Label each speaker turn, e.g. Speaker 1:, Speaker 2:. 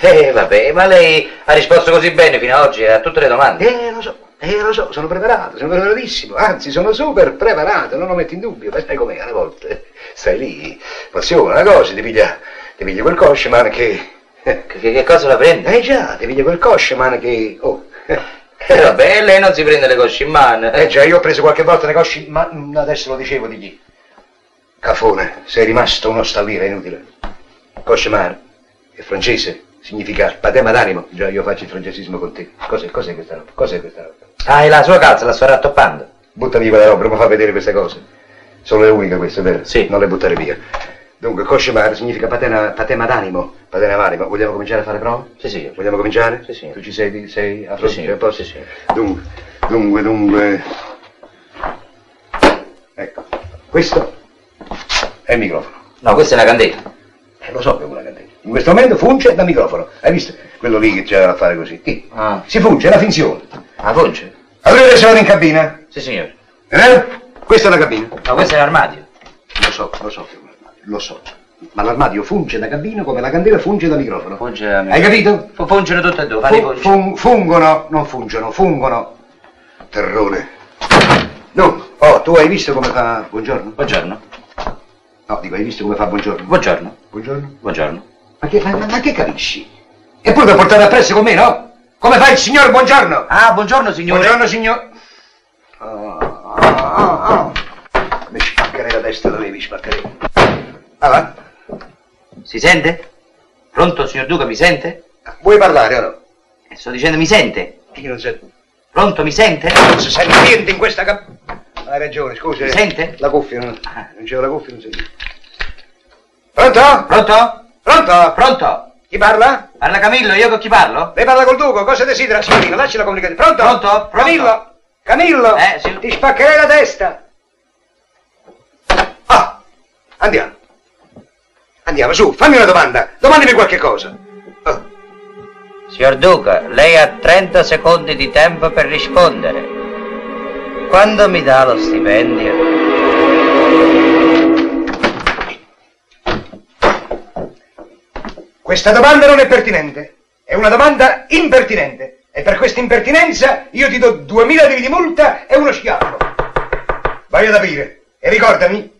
Speaker 1: Eh, vabbè, ma lei ha risposto così bene fino ad oggi a tutte le domande.
Speaker 2: Eh, lo so, eh, lo so, sono preparato, sono preparatissimo, anzi, sono super preparato, non lo metto in dubbio, ma sai com'è, alle volte stai lì, passione, una cosa, ti piglia, ti piglia quel cosceman che... Eh
Speaker 1: Che, che cosa la prende?
Speaker 2: già, ti piglia quel cosceman che... Oh,
Speaker 1: Eh, vabbè, lei non si prende le cosce in mano.
Speaker 2: eh già, io ho preso qualche volta le cosce, ma mm, adesso lo dicevo di chi. Cafone, sei rimasto uno stallire, è inutile. Cosceman, è francese, significa patema d'animo. Già, io faccio il francesismo con te. Cos'è, cos'è questa roba? Cos'è questa roba?
Speaker 1: Ah, e la sua calza la sto rattoppando.
Speaker 2: Butta via quella roba, non mi fa vedere queste cose. Sono le uniche queste, vero?
Speaker 1: Sì.
Speaker 2: Non le buttare via. Dunque, coscemare significa patena, patema d'animo. Patena d'animo. Vogliamo cominciare a fare prova?
Speaker 1: Sì, sì.
Speaker 2: Vogliamo cominciare?
Speaker 1: Sì, sì.
Speaker 2: Tu ci sei, sei a
Speaker 1: Sì,
Speaker 2: fronte?
Speaker 1: sì,
Speaker 2: sei a posto?
Speaker 1: sì, sì.
Speaker 2: Dunque, dunque, dunque. Ecco, questo è il microfono.
Speaker 1: No, questa è una candela.
Speaker 2: Eh, lo so che è una candela. In questo momento funge da microfono. Hai visto? Quello lì che c'era a fare così. Sì.
Speaker 1: Ah.
Speaker 2: Si funge, è una finzione.
Speaker 1: La voce?
Speaker 2: Allora adesso vado in cabina.
Speaker 1: Sì, signore.
Speaker 2: Eh? Questa è la cabina.
Speaker 1: No, questo è l'armadio.
Speaker 2: Lo so, lo so, che è un armadio, lo so. Ma l'armadio funge da cabina come la candela funge da microfono.
Speaker 1: Funge la
Speaker 2: Hai capito?
Speaker 1: Fu- Fungono tutte e due, fate i
Speaker 2: Fun-
Speaker 1: fungi.
Speaker 2: fun- fungono, non fungono, fungono. Terrone. No, oh, tu hai visto come fa buongiorno?
Speaker 1: Buongiorno.
Speaker 2: No, dico, hai visto come fa buongiorno?
Speaker 1: Buongiorno.
Speaker 2: Buongiorno.
Speaker 1: Buongiorno.
Speaker 2: Ma che, ma, ma- ma che capisci? E poi per portare appresso con me, no? Come fa il signor buongiorno?
Speaker 1: Ah, buongiorno, signore.
Speaker 2: Buongiorno, signor. Ah, ah, ah, ah. Mi spaccherei la testa, la devi spaccare. Ah, va.
Speaker 1: Si sente? Pronto, signor Duca, mi sente?
Speaker 2: Vuoi parlare o no?
Speaker 1: Eh, Sto dicendo mi sente.
Speaker 2: Io non sento.
Speaker 1: Pronto, mi sente?
Speaker 2: Non si sente niente in questa cap... Hai ragione, scusi.
Speaker 1: Mi sente?
Speaker 2: La cuffia, non,
Speaker 1: Ah.
Speaker 2: non c'è la cuffia, non sento. Pronto?
Speaker 1: Pronto?
Speaker 2: Pronto?
Speaker 1: Pronto?
Speaker 2: Chi parla?
Speaker 1: Parla Camillo, io con chi parlo?
Speaker 2: Lei parla col Duco, cosa desidera? Signorina, lasci la comunicazione. Pronto?
Speaker 1: Pronto? Pronto?
Speaker 2: Camillo? Camillo?
Speaker 1: Eh, sì.
Speaker 2: Ti spaccherei la testa. Ah, andiamo. Andiamo, su, fammi una domanda. Domandami qualche cosa. Ah,
Speaker 1: Signor Duca, lei ha 30 secondi di tempo per rispondere. Quando mi dà lo stipendio?
Speaker 2: Questa domanda non è pertinente. È una domanda impertinente. E per questa impertinenza io ti do 2000 lire di multa e uno schiaffo. Vai ad aprire. E ricordami